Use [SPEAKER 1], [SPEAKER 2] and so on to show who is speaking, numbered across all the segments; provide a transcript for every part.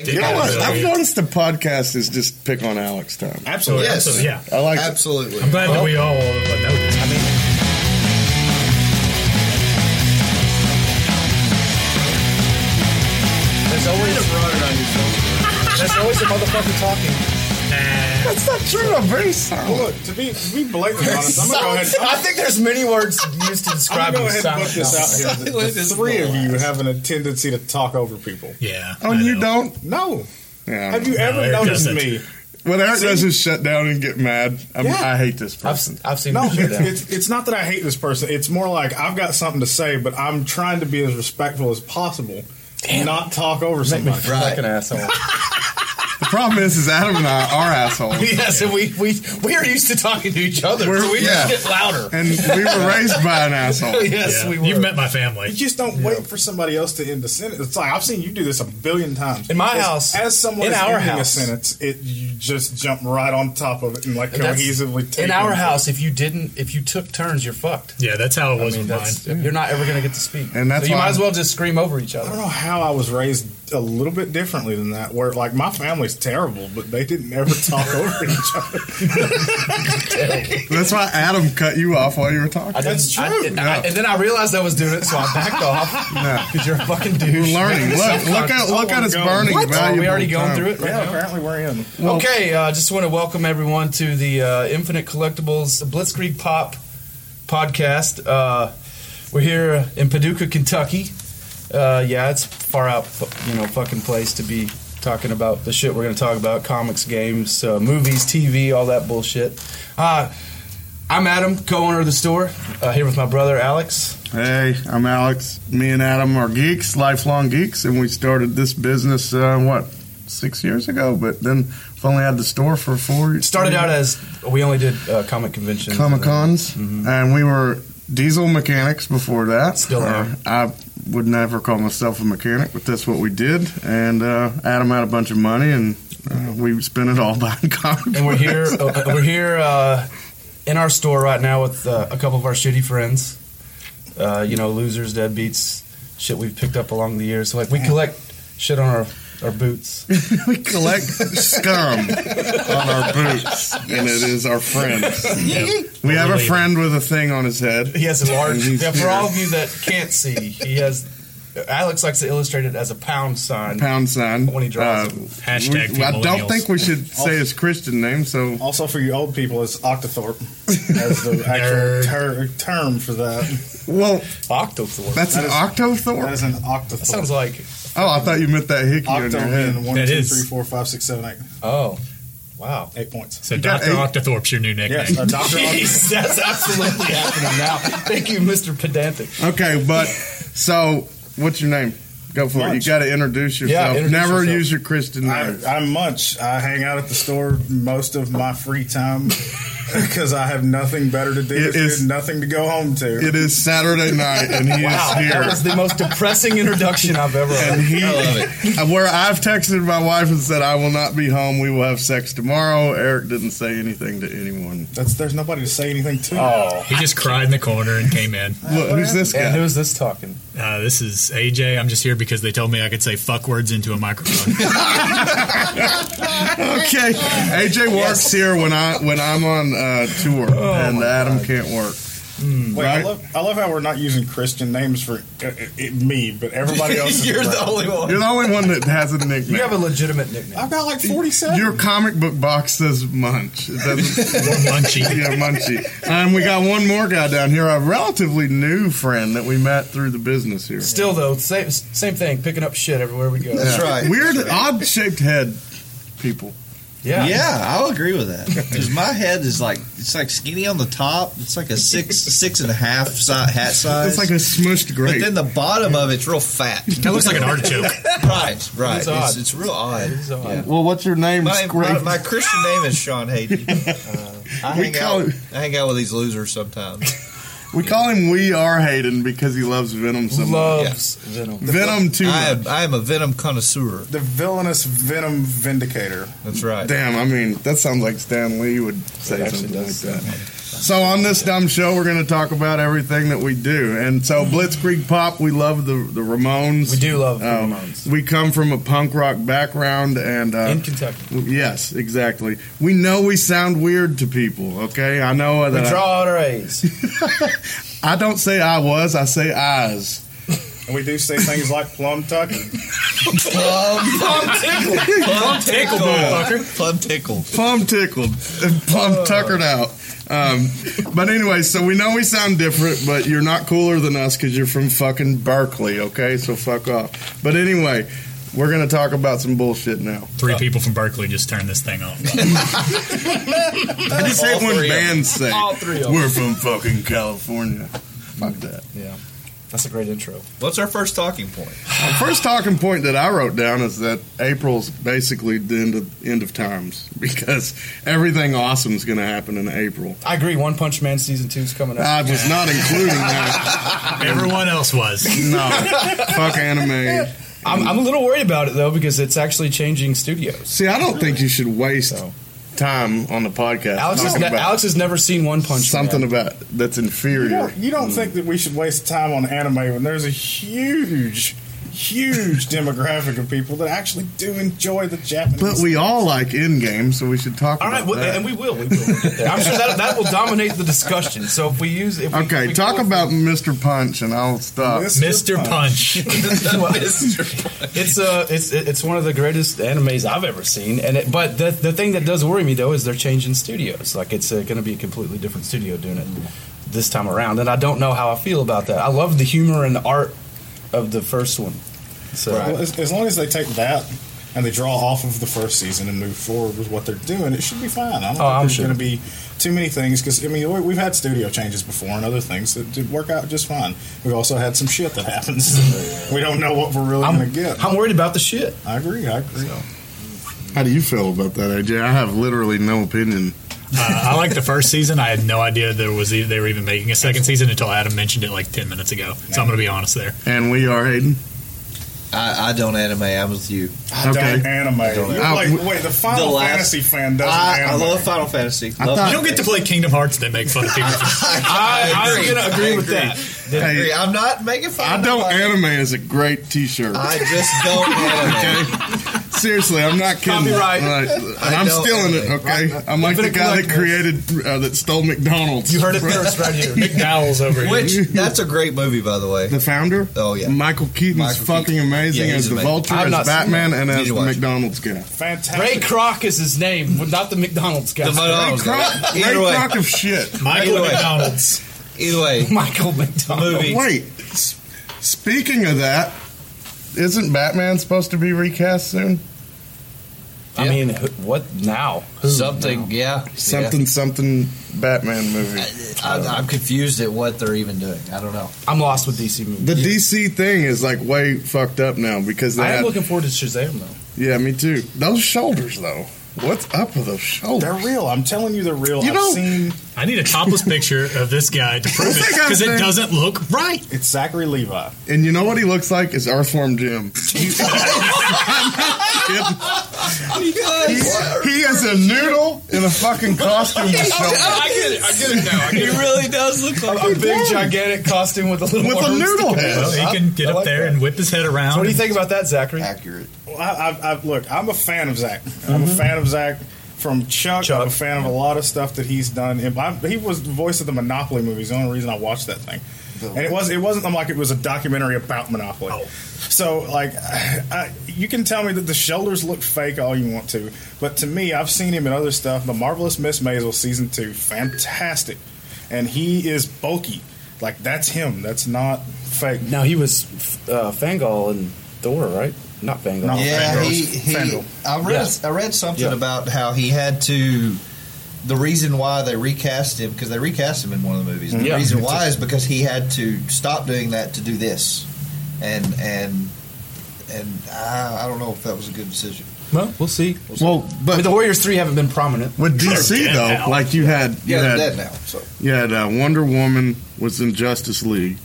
[SPEAKER 1] You know what? I've noticed the podcast is just pick on Alex time.
[SPEAKER 2] Absolutely.
[SPEAKER 3] Yes.
[SPEAKER 2] Absolutely. Yeah.
[SPEAKER 1] I like it.
[SPEAKER 3] Absolutely.
[SPEAKER 2] I'm glad that we all know this. I mean,
[SPEAKER 3] There's always a runner on your shoulder.
[SPEAKER 2] that's always the motherfucker talking.
[SPEAKER 1] That's not true. I'm very
[SPEAKER 4] Well,
[SPEAKER 1] solid.
[SPEAKER 4] look, to be, to be blatantly honest, I'm gonna go ahead.
[SPEAKER 3] I
[SPEAKER 4] I'm,
[SPEAKER 3] think there's many words used to
[SPEAKER 4] I'm
[SPEAKER 3] describe
[SPEAKER 4] gonna go
[SPEAKER 3] the
[SPEAKER 4] ahead and put this
[SPEAKER 3] silence.
[SPEAKER 4] out here. The, the three of you having a tendency to talk over people.
[SPEAKER 2] Yeah.
[SPEAKER 1] Oh,
[SPEAKER 2] I
[SPEAKER 1] you
[SPEAKER 2] know.
[SPEAKER 1] don't?
[SPEAKER 3] Um,
[SPEAKER 4] No.
[SPEAKER 1] Yeah.
[SPEAKER 4] Have you ever
[SPEAKER 2] Eric
[SPEAKER 4] noticed
[SPEAKER 2] doesn't.
[SPEAKER 4] me?
[SPEAKER 1] What Eric does is shut down and get mad. I'm,
[SPEAKER 4] Yeah.
[SPEAKER 1] I hate this
[SPEAKER 3] I've,
[SPEAKER 1] person.
[SPEAKER 3] I've seen
[SPEAKER 4] No,
[SPEAKER 3] you do
[SPEAKER 4] it's,
[SPEAKER 3] that.
[SPEAKER 4] it's, it's not that I hate this person. It's more like I've got something to say, but I'm trying to be as respectful as possible and not talk over somebody.
[SPEAKER 3] Right.
[SPEAKER 2] Fucking asshole.
[SPEAKER 1] the problem is, is Adam and I are assholes.
[SPEAKER 3] Yes, and we, we we are used to talking to each other.
[SPEAKER 1] We're-
[SPEAKER 3] so we
[SPEAKER 1] yeah.
[SPEAKER 3] just get louder.
[SPEAKER 1] And we were raised by an asshole.
[SPEAKER 3] yes,
[SPEAKER 2] Yeah.
[SPEAKER 3] we were.
[SPEAKER 2] You've met my family.
[SPEAKER 4] You just don't wait for somebody else to end the sentence. It's like I've seen you do this a billion times.
[SPEAKER 3] In my
[SPEAKER 4] As-
[SPEAKER 3] house,
[SPEAKER 4] as someone
[SPEAKER 3] in
[SPEAKER 4] is
[SPEAKER 3] our
[SPEAKER 4] ending
[SPEAKER 3] house.
[SPEAKER 4] a sentence, it you just jump right on top of it and like
[SPEAKER 3] And that's-
[SPEAKER 4] cohesively. Take
[SPEAKER 3] in our
[SPEAKER 4] it.
[SPEAKER 3] house, if you didn't, if you took turns, you're fucked.
[SPEAKER 2] Yeah, that's how it
[SPEAKER 3] I
[SPEAKER 2] was
[SPEAKER 3] mean,
[SPEAKER 2] with
[SPEAKER 3] that's,
[SPEAKER 2] mine.
[SPEAKER 3] you're not ever going to get to speak.
[SPEAKER 1] And that's
[SPEAKER 3] so you
[SPEAKER 1] why-
[SPEAKER 3] might as well just scream over each
[SPEAKER 4] I
[SPEAKER 3] other.
[SPEAKER 4] don't know how I was raised a little bit differently than that. Where like my family's terrible, but they didn't ever talk over each other.
[SPEAKER 1] That's why Adam cut you off while you were talking.
[SPEAKER 3] I
[SPEAKER 4] That's
[SPEAKER 3] didn't- I
[SPEAKER 4] true.
[SPEAKER 3] didn't- I-
[SPEAKER 1] No.
[SPEAKER 3] and then I realized I was doing it, so I backed off. Because you're a fucking
[SPEAKER 1] We're
[SPEAKER 3] douche.
[SPEAKER 1] learning. Look, look at look at us
[SPEAKER 4] What?
[SPEAKER 1] burning.
[SPEAKER 3] What? Are
[SPEAKER 1] valuable
[SPEAKER 3] we already going
[SPEAKER 1] time.
[SPEAKER 3] through it right
[SPEAKER 4] yeah,
[SPEAKER 3] now?
[SPEAKER 4] apparently we're in.
[SPEAKER 1] Well-
[SPEAKER 3] okay, I uh, just want to welcome everyone to the uh, Infinite Collectibles Blitzkrieg Pop podcast. Uh, we're here in Paducah, Kentucky. Uh, yeah, it's far out, you know, fucking place to be talking about the shit we're going to talk about: comics, games, uh, movies, TV, all that bullshit. Uh, I'm Adam, co-owner of the store. Uh, here with my brother Alex.
[SPEAKER 1] Hey, I'm Alex. Me and Adam are geeks, lifelong geeks, and we started this business uh, what six years ago. But then we've only had the store for four.
[SPEAKER 3] It started out as we only did uh, comic conventions,
[SPEAKER 1] Comic Cons, and we were diesel mechanics before that.
[SPEAKER 3] Mm-hmm. Still are.
[SPEAKER 1] Uh, I would never call myself a mechanic, but that's what we did. And uh, Adam had a bunch of money, and uh, we spent it all buying comics.
[SPEAKER 3] and we're here. uh, we're here uh, in our store right now with uh, a couple of our shitty friends. Uh, you know, losers, deadbeats, shit we've picked up along the years. So like we collect shit on our our boots.
[SPEAKER 1] we collect scum on our boots, and it is our friends. We have a friend with a thing on his head.
[SPEAKER 3] He has a large.
[SPEAKER 1] He's-
[SPEAKER 3] yeah, for all of you that can't see, he has. Alex likes to illustrate it as a pound sign.
[SPEAKER 1] pound sign. Uh,
[SPEAKER 3] When he draws them.
[SPEAKER 2] Hashtag
[SPEAKER 1] we- I don't
[SPEAKER 2] millennials.
[SPEAKER 1] think we should say his Christian name, so
[SPEAKER 4] Also, for you old people, it's Octothorpe as the actual
[SPEAKER 2] Nerd.
[SPEAKER 4] ter- term for that.
[SPEAKER 1] well,
[SPEAKER 3] Octothorpe.
[SPEAKER 1] that's an
[SPEAKER 4] That is- That
[SPEAKER 1] octothorpe.
[SPEAKER 4] is an
[SPEAKER 3] that
[SPEAKER 4] Octothorpe.
[SPEAKER 3] sounds like
[SPEAKER 1] Oh, I thought you meant that hickey on your
[SPEAKER 4] Octo
[SPEAKER 1] head.
[SPEAKER 4] in one,
[SPEAKER 2] That
[SPEAKER 4] two,
[SPEAKER 2] is.
[SPEAKER 4] three, four, five, six, seven, eight.
[SPEAKER 3] oh wow.
[SPEAKER 4] Eight points.
[SPEAKER 2] So
[SPEAKER 1] got
[SPEAKER 2] Dr.
[SPEAKER 1] eight-
[SPEAKER 2] Octothorpe's your new nickname.
[SPEAKER 4] Yes, a doctor.
[SPEAKER 3] Jeez, that's absolutely happening now. Thank you, Mr. Pedantic.
[SPEAKER 1] Okay, but so what's your name? Go for it. You
[SPEAKER 4] Munch.
[SPEAKER 1] got to introduce yourself.
[SPEAKER 3] introduce
[SPEAKER 1] Never
[SPEAKER 3] yourself.
[SPEAKER 1] use your Christian
[SPEAKER 4] I,
[SPEAKER 1] name.
[SPEAKER 4] I'm Munch. I hang out at the store most of my free time because I have nothing better to do.
[SPEAKER 1] It is-
[SPEAKER 4] There's nothing to go home to.
[SPEAKER 1] it is Saturday night, and he
[SPEAKER 3] Wow,
[SPEAKER 1] is
[SPEAKER 3] that
[SPEAKER 1] here.
[SPEAKER 3] was the most depressing introduction I've ever
[SPEAKER 1] And
[SPEAKER 3] heard.
[SPEAKER 1] he, where I've texted my wife and said, "I will not be home. We will have sex tomorrow." Eric didn't say anything to anyone.
[SPEAKER 4] That's, there's nobody to say anything
[SPEAKER 1] Oh,
[SPEAKER 4] to.
[SPEAKER 2] He just cried in the corner and came in.
[SPEAKER 1] Look, who's this
[SPEAKER 3] And
[SPEAKER 1] guy?
[SPEAKER 3] who's this talking?
[SPEAKER 2] Uh, this is AJ. I'm just here because they told me I could say fuck words into a microphone.
[SPEAKER 1] Okay, AJ works here when I when I'm on uh, tour,
[SPEAKER 3] Oh
[SPEAKER 1] and Adam can't work.
[SPEAKER 4] Wait, I,
[SPEAKER 1] right.
[SPEAKER 4] love, I love how we're not using Christian names for uh, it, me, but everybody else. is
[SPEAKER 3] You're
[SPEAKER 4] right.
[SPEAKER 3] the only one.
[SPEAKER 1] You're the only one that has a nickname.
[SPEAKER 3] You have a legitimate nickname.
[SPEAKER 4] I've got like 47.
[SPEAKER 1] Your comic book box says Munch. It doesn't.
[SPEAKER 2] Munchy.
[SPEAKER 1] yeah, Munchie. And we got one more guy down here, a relatively new friend that we met through the business here.
[SPEAKER 3] Still though, same same thing. Picking up shit everywhere we go.
[SPEAKER 5] That's right.
[SPEAKER 1] Weird, odd shaped head people.
[SPEAKER 3] Yeah.
[SPEAKER 5] Yeah, I'll agree with that. Because my head is like it's like skinny on the top. It's like a six six and a half si- hat size.
[SPEAKER 1] It's like a smushed
[SPEAKER 5] but
[SPEAKER 1] grape.
[SPEAKER 5] then the bottom of it's real fat.
[SPEAKER 2] That looks like an artichoke.
[SPEAKER 5] right, right.
[SPEAKER 3] It's
[SPEAKER 5] It's,
[SPEAKER 3] odd.
[SPEAKER 5] it's, real odd.
[SPEAKER 3] It's odd.
[SPEAKER 1] well, what's your name?
[SPEAKER 5] My, my,
[SPEAKER 1] Grape?
[SPEAKER 5] my Christian name is Sean Hayden. Uh, I,
[SPEAKER 1] We
[SPEAKER 5] hang
[SPEAKER 1] call
[SPEAKER 5] out,
[SPEAKER 1] it-
[SPEAKER 5] I hang out with these losers sometimes.
[SPEAKER 1] we call him We Are Hayden because he loves Venom so much.
[SPEAKER 3] Loves Venom.
[SPEAKER 1] Venom too.
[SPEAKER 5] I
[SPEAKER 1] much.
[SPEAKER 5] am, I am a venom connoisseur.
[SPEAKER 4] the villainous Venom Vindicator.
[SPEAKER 5] That's right.
[SPEAKER 1] Damn, I mean, that sounds like Stan Lee would say
[SPEAKER 3] actually
[SPEAKER 1] something like
[SPEAKER 3] does
[SPEAKER 1] that. So on this dumb show, we're going to talk about everything that we do. And so Blitzkrieg Pop, we love the the Ramones.
[SPEAKER 3] We do love the
[SPEAKER 1] Uh,
[SPEAKER 3] Ramones.
[SPEAKER 1] We come from a punk rock background, and uh,
[SPEAKER 3] in Kentucky.
[SPEAKER 1] yes, exactly. We know we sound weird to people. Okay, I know
[SPEAKER 3] We
[SPEAKER 1] that. I-
[SPEAKER 3] draw out our A's.
[SPEAKER 1] I don't say I was. I say I's.
[SPEAKER 4] And we do say things like plum tucky.
[SPEAKER 5] Plum
[SPEAKER 2] Tickle, motherfucker.
[SPEAKER 5] Plum tickle.
[SPEAKER 1] plum tickled, plum
[SPEAKER 3] Oh.
[SPEAKER 1] tuckered out. Um, but anyway, so we know we sound different, but you're not cooler than us because you're from fucking Berkeley, okay? So fuck off. But anyway, we're gonna talk about some bullshit now.
[SPEAKER 2] Three people from Berkeley just turned this thing off.
[SPEAKER 1] I just hate when
[SPEAKER 5] three of 'em.
[SPEAKER 1] bands say
[SPEAKER 3] All three of them.
[SPEAKER 1] we're from fucking California. Fuck that.
[SPEAKER 3] That's a great intro.
[SPEAKER 5] What's our first talking point?
[SPEAKER 1] The first talking point that I wrote down is that April's basically the end of end of times because everything awesome is gonna happen in April.
[SPEAKER 3] I agree. One Punch Man season two is coming up.
[SPEAKER 1] I was not including that.
[SPEAKER 2] Everyone else was.
[SPEAKER 1] No, fuck anime.
[SPEAKER 3] I'm, I'm a little worried about it though because it's actually changing studios.
[SPEAKER 1] See, I don't think you should waste
[SPEAKER 3] So.
[SPEAKER 1] time on the podcast
[SPEAKER 3] Alex has,
[SPEAKER 1] talking
[SPEAKER 3] ne-
[SPEAKER 1] about
[SPEAKER 3] Alex has never seen One Punch
[SPEAKER 1] something
[SPEAKER 3] Man.
[SPEAKER 1] about that's
[SPEAKER 4] You
[SPEAKER 1] inferior.
[SPEAKER 4] don't, you don't think that we should waste time on anime when there's a huge, huge demographic of people that actually do enjoy the Japanese.
[SPEAKER 1] But we all like Endgame, so we should talk
[SPEAKER 3] All right,
[SPEAKER 1] about
[SPEAKER 3] well,
[SPEAKER 1] that.
[SPEAKER 3] and we will. We will get there. I'm sure that that will dominate the discussion. So if we use, if we,
[SPEAKER 1] okay,
[SPEAKER 3] we
[SPEAKER 1] talk
[SPEAKER 3] go-
[SPEAKER 1] about Mr. Punch, and I'll stop.
[SPEAKER 2] Mr. Punch.
[SPEAKER 3] It's uh, it's it's one of the greatest animes I've ever seen, and it, but the the thing that does worry me though is they're changing studios. Like it's uh, going to be a completely different studio doing it this time around, and I don't know how I feel about that. I love the humor and the art of the first one. So
[SPEAKER 4] Well, as, as long as they take that and they draw off of the first season and move forward with what they're doing, it should be fine. I don't think
[SPEAKER 3] Oh, I'm
[SPEAKER 4] there's
[SPEAKER 3] sure.
[SPEAKER 4] going to be too many things because I mean we- we've had studio changes before and other things that did work out just fine. We've also had some shit that happens. we don't know what we're really going
[SPEAKER 3] I'm
[SPEAKER 4] to get.
[SPEAKER 3] I'm worried about the shit.
[SPEAKER 4] I agree. I agree.
[SPEAKER 1] How do you feel about that, AJ? I have literally no opinion.
[SPEAKER 2] Uh, I like the first season. I had no idea there was e- they were even making a second season until Adam mentioned it like ten minutes ago. So I'm going to be honest there.
[SPEAKER 1] And we are Aiden.
[SPEAKER 5] I, I don't anime. I'm with you.
[SPEAKER 4] I
[SPEAKER 1] Okay.
[SPEAKER 4] don't anime.
[SPEAKER 5] Don't
[SPEAKER 4] You're
[SPEAKER 1] anime.
[SPEAKER 4] like,
[SPEAKER 1] Uh, w-
[SPEAKER 4] wait, the Final
[SPEAKER 5] The last-
[SPEAKER 4] Fantasy fan doesn't
[SPEAKER 5] I, I
[SPEAKER 4] anime.
[SPEAKER 5] love Final Fantasy.
[SPEAKER 1] I
[SPEAKER 5] Love
[SPEAKER 1] thought-
[SPEAKER 2] You don't get to play Kingdom Hearts that make fun of people.
[SPEAKER 3] I, I, am
[SPEAKER 5] agree.
[SPEAKER 3] going to agree
[SPEAKER 5] I
[SPEAKER 3] with
[SPEAKER 5] agree.
[SPEAKER 3] that.
[SPEAKER 5] I
[SPEAKER 1] Hey,
[SPEAKER 5] agree. I'm not making fun.
[SPEAKER 1] I
[SPEAKER 5] of
[SPEAKER 1] don't
[SPEAKER 5] nobody.
[SPEAKER 1] anime is a great T-shirt.
[SPEAKER 5] I just don't anime.
[SPEAKER 1] Seriously, I'm not kidding.
[SPEAKER 3] Copyright.
[SPEAKER 1] Like,
[SPEAKER 5] I
[SPEAKER 1] I'm
[SPEAKER 5] don't
[SPEAKER 1] stealing it.
[SPEAKER 5] anime.
[SPEAKER 1] Okay, I'm like the
[SPEAKER 3] Infinite
[SPEAKER 1] guy that
[SPEAKER 3] Collectibles.
[SPEAKER 1] created uh, that stole McDonald's.
[SPEAKER 3] You heard it first right here.
[SPEAKER 2] McDowell's over here.
[SPEAKER 5] Which that's a great movie, by the way.
[SPEAKER 1] The founder?
[SPEAKER 5] Oh, yeah.
[SPEAKER 1] Michael Keaton's
[SPEAKER 5] Michael
[SPEAKER 1] fucking
[SPEAKER 5] Keaton.
[SPEAKER 1] amazing
[SPEAKER 5] Yeah, he's
[SPEAKER 1] as the
[SPEAKER 5] amazing.
[SPEAKER 1] Vulture,
[SPEAKER 3] I've not
[SPEAKER 1] as
[SPEAKER 3] seen
[SPEAKER 1] Batman, and
[SPEAKER 5] Need
[SPEAKER 1] as
[SPEAKER 5] to
[SPEAKER 1] the
[SPEAKER 5] watch it.
[SPEAKER 1] McDonald's guy.
[SPEAKER 3] Ray
[SPEAKER 4] Fantastic.
[SPEAKER 3] Kroc is his name, not the McDonald's guy.
[SPEAKER 5] The McDonald's.
[SPEAKER 1] Croc,
[SPEAKER 5] Either
[SPEAKER 1] Ray
[SPEAKER 5] way.
[SPEAKER 1] Croc of shit.
[SPEAKER 2] Michael
[SPEAKER 5] Either way.
[SPEAKER 2] McDonald's.
[SPEAKER 5] Either way,
[SPEAKER 3] Michael
[SPEAKER 5] the
[SPEAKER 3] McDonald.
[SPEAKER 5] movie.
[SPEAKER 1] Wait, s- speaking of that, isn't Batman supposed to be recast soon?
[SPEAKER 3] I
[SPEAKER 5] Yeah.
[SPEAKER 3] mean, wh- what now? Who
[SPEAKER 5] Something,
[SPEAKER 3] now?
[SPEAKER 5] yeah,
[SPEAKER 1] Something, something Batman movie.
[SPEAKER 5] Yeah. I, I'm confused at what they're even doing. I don't know.
[SPEAKER 3] I'm lost with DC movies.
[SPEAKER 1] The DC thing is like way fucked up now because they
[SPEAKER 3] I am
[SPEAKER 1] had,
[SPEAKER 3] looking forward to Shazam though.
[SPEAKER 1] yeah, me too. Those shoulders though, what's up with those shoulders?
[SPEAKER 4] They're real. I'm telling you, they're real.
[SPEAKER 1] You
[SPEAKER 4] I've
[SPEAKER 1] know-
[SPEAKER 4] seen
[SPEAKER 2] I need a topless picture of this guy to prove it
[SPEAKER 1] That guy's
[SPEAKER 2] because it
[SPEAKER 1] name-
[SPEAKER 2] doesn't look right.
[SPEAKER 4] it's Zachary Levi.
[SPEAKER 1] And you know what he looks like is Earthworm Jim. He is a noodle in a fucking costume with shoulders.
[SPEAKER 3] get it. Oh, I get it now. I
[SPEAKER 5] He really does look like
[SPEAKER 3] a big gigantic costume with a little
[SPEAKER 1] with a
[SPEAKER 3] arm
[SPEAKER 1] noodle
[SPEAKER 3] sticking out.
[SPEAKER 2] Well,
[SPEAKER 1] head.
[SPEAKER 2] he can get
[SPEAKER 3] I
[SPEAKER 2] up
[SPEAKER 3] like
[SPEAKER 2] there
[SPEAKER 3] that.
[SPEAKER 2] and whip his head around.
[SPEAKER 3] So what do you think about that, Zachary?
[SPEAKER 5] accurate.
[SPEAKER 4] Well, I, I, I, look, I'm a fan of Zach. I'm a fan of Zach from Chuck.
[SPEAKER 3] Chuck.
[SPEAKER 4] I'm a fan of a lot of stuff that he's done. And I, he was the voice of the Monopoly movies. The only reason I watched that thing, and it was it wasn't like it was a documentary about Monopoly. So like, I, I, you can tell me that the shoulders look fake all you want to, but to me, I've seen him in other stuff. The marvelous Miss Maisel season two, fantastic, and he is bulky. Like that's him. That's not fake.
[SPEAKER 3] Now he was f- uh, Fangal and Thor, right? Not Fangal.
[SPEAKER 4] No.
[SPEAKER 5] Yeah,
[SPEAKER 4] Fangirls.
[SPEAKER 5] he, he
[SPEAKER 4] Fangirl.
[SPEAKER 5] I read I read something
[SPEAKER 3] Yeah.
[SPEAKER 5] about how he had to. The reason why they recast him because they recast him in one of the movies. And the
[SPEAKER 3] Yeah.
[SPEAKER 5] reason why is because he had to stop doing that to do this, and and and I, I don't know if that was a good decision.
[SPEAKER 3] Well, we'll see.
[SPEAKER 1] Well,
[SPEAKER 3] I mean,
[SPEAKER 1] but
[SPEAKER 3] the Warriors three haven't been prominent.
[SPEAKER 1] with DC
[SPEAKER 2] dead
[SPEAKER 1] though,
[SPEAKER 2] now.
[SPEAKER 1] like you had, you
[SPEAKER 5] Yeah,
[SPEAKER 1] had
[SPEAKER 5] they're dead now. So
[SPEAKER 1] You had uh, Wonder Woman was in Justice League,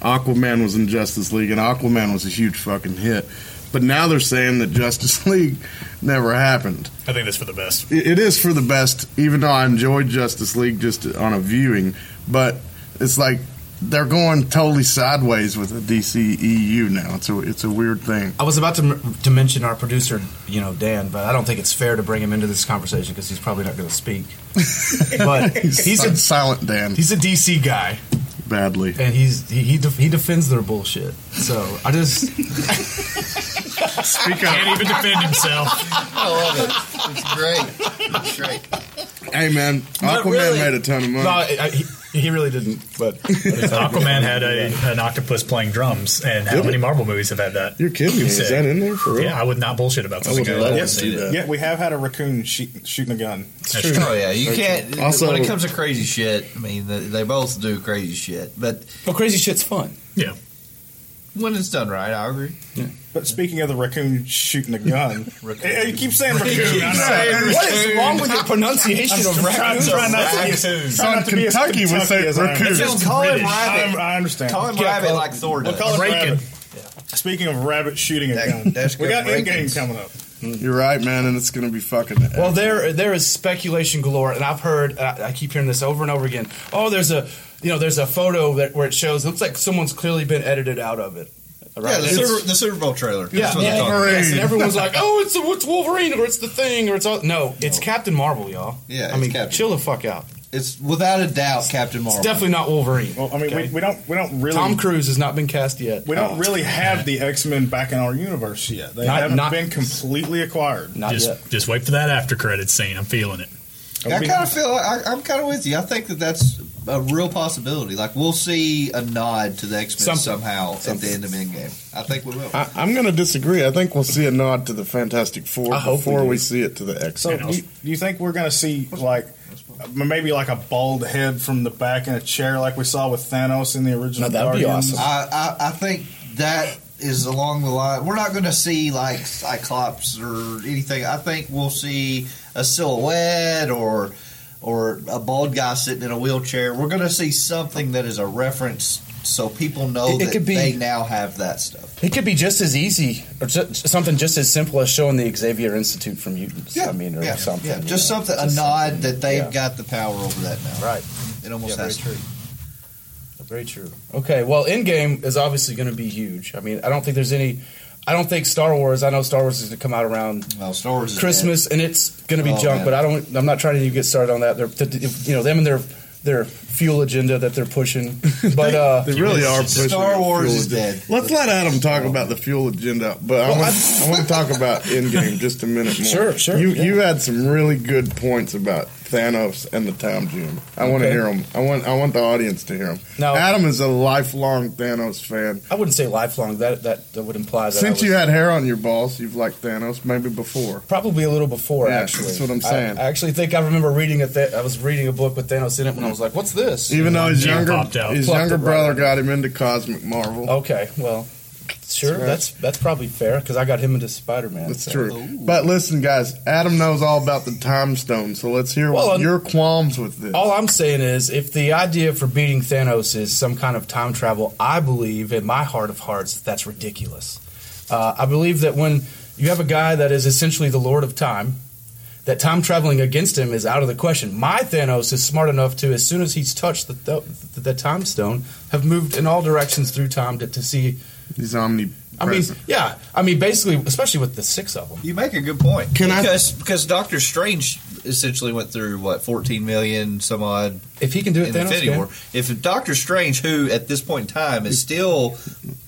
[SPEAKER 1] Aquaman was in Justice League, and Aquaman was a huge fucking hit. But now they're saying that Justice League never happened.
[SPEAKER 2] I think that's for the best.
[SPEAKER 1] It it is for the best, even though I enjoyed Justice League just on a viewing. But it's like they're going totally sideways with the DCEU now. It's a it's a weird thing.
[SPEAKER 6] I was about to, to mention our producer, you know, Dan, but I don't think it's fair to bring him into this conversation because he's probably not going to speak. But he's a,
[SPEAKER 1] silent Dan
[SPEAKER 6] he's a DC guy,
[SPEAKER 1] badly.
[SPEAKER 6] and he's he he, def, he defends their bullshit. So I just
[SPEAKER 1] Speak
[SPEAKER 2] Can't
[SPEAKER 1] up,
[SPEAKER 2] even defend himself.
[SPEAKER 5] I love it. It's great. It's great.
[SPEAKER 1] hey man.
[SPEAKER 6] Not
[SPEAKER 1] Aquaman
[SPEAKER 6] really.
[SPEAKER 1] made a ton of money.
[SPEAKER 3] No, I, I, he, he really didn't. But
[SPEAKER 2] Aquaman had a, an octopus playing drums, and how
[SPEAKER 1] Did it?
[SPEAKER 2] many Marvel movies have had that?
[SPEAKER 1] You're kidding me? Is
[SPEAKER 2] Sick.
[SPEAKER 1] that in there for real?
[SPEAKER 2] Yeah, I would not bullshit about
[SPEAKER 1] I would
[SPEAKER 2] something.
[SPEAKER 1] love
[SPEAKER 4] Yeah.
[SPEAKER 1] to see that.
[SPEAKER 4] Yeah, we have had a raccoon shoot, shooting a gun.
[SPEAKER 2] That's true.
[SPEAKER 5] Oh yeah, you can't.
[SPEAKER 1] Also-
[SPEAKER 5] when it comes to crazy shit, I mean, they, they both do crazy shit, but
[SPEAKER 7] Well, crazy shit's fun.
[SPEAKER 5] when it's done right, I agree.
[SPEAKER 4] But speaking of the raccoon shooting a gun, Eh, you keep saying raccoon. I know.
[SPEAKER 7] What is wrong with your pronunciation of
[SPEAKER 4] I'm
[SPEAKER 7] raccoons?
[SPEAKER 4] trying not to be as-
[SPEAKER 2] Raccoons.
[SPEAKER 4] trying not to be as
[SPEAKER 1] Kentucky would say
[SPEAKER 4] as I am.
[SPEAKER 1] raccoon.
[SPEAKER 5] Just call him
[SPEAKER 4] I'm-
[SPEAKER 5] rabbit.
[SPEAKER 4] I understand.
[SPEAKER 5] Call him
[SPEAKER 4] Yeah,
[SPEAKER 5] rabbit
[SPEAKER 4] call-
[SPEAKER 5] like Thor
[SPEAKER 4] We'll
[SPEAKER 5] does.
[SPEAKER 4] call it
[SPEAKER 2] Rakin.
[SPEAKER 4] rabbit. Speaking of rabbit shooting a
[SPEAKER 5] That-
[SPEAKER 4] gun,
[SPEAKER 5] that's
[SPEAKER 4] we
[SPEAKER 5] good
[SPEAKER 4] got
[SPEAKER 5] Rakin.
[SPEAKER 4] Endgame coming up.
[SPEAKER 1] You're right, man, and it's gonna be fucking.
[SPEAKER 3] well, there there is speculation galore, and I've heard I, I keep hearing this over and over again. Oh, there's a you know there's a photo that, where it shows looks like someone's clearly been edited out of it.
[SPEAKER 5] Yeah, the
[SPEAKER 3] It's-
[SPEAKER 5] Super, the Super Bowl trailer.
[SPEAKER 3] Yeah,
[SPEAKER 5] That's what they're talking about.
[SPEAKER 3] Yes, and everyone's like, "Oh, it's the, it's Wolverine or it's the Thing or it's all." No, it's Captain Marvel, y'all.
[SPEAKER 5] Yeah,
[SPEAKER 3] I
[SPEAKER 5] it's
[SPEAKER 3] mean,
[SPEAKER 5] Captain.
[SPEAKER 3] chill the fuck out.
[SPEAKER 5] It's without a doubt Captain
[SPEAKER 3] It's
[SPEAKER 5] Marvel.
[SPEAKER 3] definitely not Wolverine.
[SPEAKER 4] Well, I mean,
[SPEAKER 3] okay?
[SPEAKER 4] we, we don't we don't really
[SPEAKER 3] Tom Cruise has not been cast yet.
[SPEAKER 4] we don't really have the X Men back in our universe yet. They
[SPEAKER 3] Not-
[SPEAKER 4] haven't
[SPEAKER 3] not-
[SPEAKER 4] been completely acquired.
[SPEAKER 3] Not yet.
[SPEAKER 2] Just, just wait for that after credit scene. I'm feeling it.
[SPEAKER 5] I kind of feel I, I'm kind of with you. I think that that's a real possibility. Like we'll see a nod to the X Men
[SPEAKER 3] Something.
[SPEAKER 5] somehow at the end of Endgame. I think we will.
[SPEAKER 1] I, I'm going to disagree. I think we'll see a nod to the Fantastic Four
[SPEAKER 3] I hope
[SPEAKER 1] before
[SPEAKER 3] we
[SPEAKER 1] we,
[SPEAKER 3] do.
[SPEAKER 1] see it to the X.
[SPEAKER 4] So, do you, do you think we're going to see like maybe like a bald head from the back in a chair, like we saw with Thanos in the original?
[SPEAKER 7] Now, that'd be
[SPEAKER 4] Guardians?
[SPEAKER 7] awesome.
[SPEAKER 5] I, I I think that is along the line. We're not going to see like Cyclops or anything. I think we'll see a silhouette or or a bald guy sitting in a wheelchair. We're going to see something that is a reference, so people know
[SPEAKER 7] It- it
[SPEAKER 5] that
[SPEAKER 7] could be-
[SPEAKER 5] they now have that stuff.
[SPEAKER 7] It could be just as easy, or ju- something just as simple as showing the Xavier Institute for Mutants. I mean, or
[SPEAKER 5] yeah,
[SPEAKER 7] something.
[SPEAKER 5] yeah.
[SPEAKER 7] you
[SPEAKER 5] just
[SPEAKER 7] know,
[SPEAKER 5] something,
[SPEAKER 7] just
[SPEAKER 5] a nod
[SPEAKER 7] something,
[SPEAKER 5] that they've
[SPEAKER 7] yeah.
[SPEAKER 5] got the power over that now.
[SPEAKER 7] Right.
[SPEAKER 5] It almost
[SPEAKER 7] Yeah,
[SPEAKER 5] has to.
[SPEAKER 7] very
[SPEAKER 3] Very true. Okay, well, Endgame is obviously going to be huge. I mean, I don't think there's any. I don't think Star Wars. I know Star Wars is going to come out around
[SPEAKER 5] Well, Star Wars is
[SPEAKER 3] Christmas, and it's going to be
[SPEAKER 5] Oh,
[SPEAKER 3] junk.
[SPEAKER 5] man.
[SPEAKER 3] But I don't. I'm not trying to even get started on that. They're, th- th- you know, them and their their fuel agenda that they're pushing. But uh,
[SPEAKER 1] They really are
[SPEAKER 5] dead.
[SPEAKER 1] pushing
[SPEAKER 5] Star
[SPEAKER 1] the
[SPEAKER 5] Wars
[SPEAKER 1] fuel
[SPEAKER 5] is
[SPEAKER 1] agenda.
[SPEAKER 5] dead.
[SPEAKER 1] Let's let Adam talk about the fuel agenda, but I want, I want to talk about Endgame just a minute more.
[SPEAKER 7] Sure, sure,
[SPEAKER 1] You
[SPEAKER 7] yeah.
[SPEAKER 1] you had some really good points about Thanos and the time gem. I want to hear them. I want I want the audience to hear them.
[SPEAKER 7] Oh.
[SPEAKER 3] Now-
[SPEAKER 1] Adam is a lifelong Thanos fan.
[SPEAKER 3] I wouldn't say lifelong. That that, that would imply that I
[SPEAKER 1] Since
[SPEAKER 3] was-
[SPEAKER 1] you had hair on your balls, you've liked Thanos maybe before.
[SPEAKER 3] Probably a little before,
[SPEAKER 1] Yeah,
[SPEAKER 3] actually.
[SPEAKER 1] that's what I'm
[SPEAKER 3] I-
[SPEAKER 1] saying.
[SPEAKER 3] I, actually think I remember reading a th- I was reading a book with Thanos in it when I was like, "What's this?"
[SPEAKER 1] Even though his
[SPEAKER 2] Jim
[SPEAKER 1] younger
[SPEAKER 2] popped out.
[SPEAKER 1] his
[SPEAKER 3] Plucked
[SPEAKER 1] younger
[SPEAKER 3] it Oh. right
[SPEAKER 1] brother
[SPEAKER 3] out.
[SPEAKER 1] got him into cosmic Marvel.
[SPEAKER 3] Okay, well, sure.
[SPEAKER 1] That's right.
[SPEAKER 3] That's that's probably fair because I got him into Spider Man.
[SPEAKER 1] That's true.
[SPEAKER 3] Oh.
[SPEAKER 1] But listen, guys, Adam knows all about the time stone, so let's hear
[SPEAKER 3] Well,
[SPEAKER 1] your qualms with this.
[SPEAKER 3] All I'm saying is, if the idea for beating Thanos is some kind of time travel, I believe in my heart of hearts that that's ridiculous. Uh, I believe that when you have a guy that is essentially the Lord of Time, that time traveling against him is out of the question. My Thanos is smart enough to, as soon as he's touched the, the, the time stone, have moved in all directions through time to, to see.
[SPEAKER 1] He's omni.
[SPEAKER 3] I mean, yeah, I mean, basically, especially with the six of them.
[SPEAKER 5] You make a good point.
[SPEAKER 1] Can I-
[SPEAKER 5] because because Doctor Strange essentially went through what 14 million some odd
[SPEAKER 3] If he can do it,
[SPEAKER 5] in
[SPEAKER 3] Thanos
[SPEAKER 5] Infinity
[SPEAKER 3] can.
[SPEAKER 5] War. If Doctor Strange, who at this point in time is still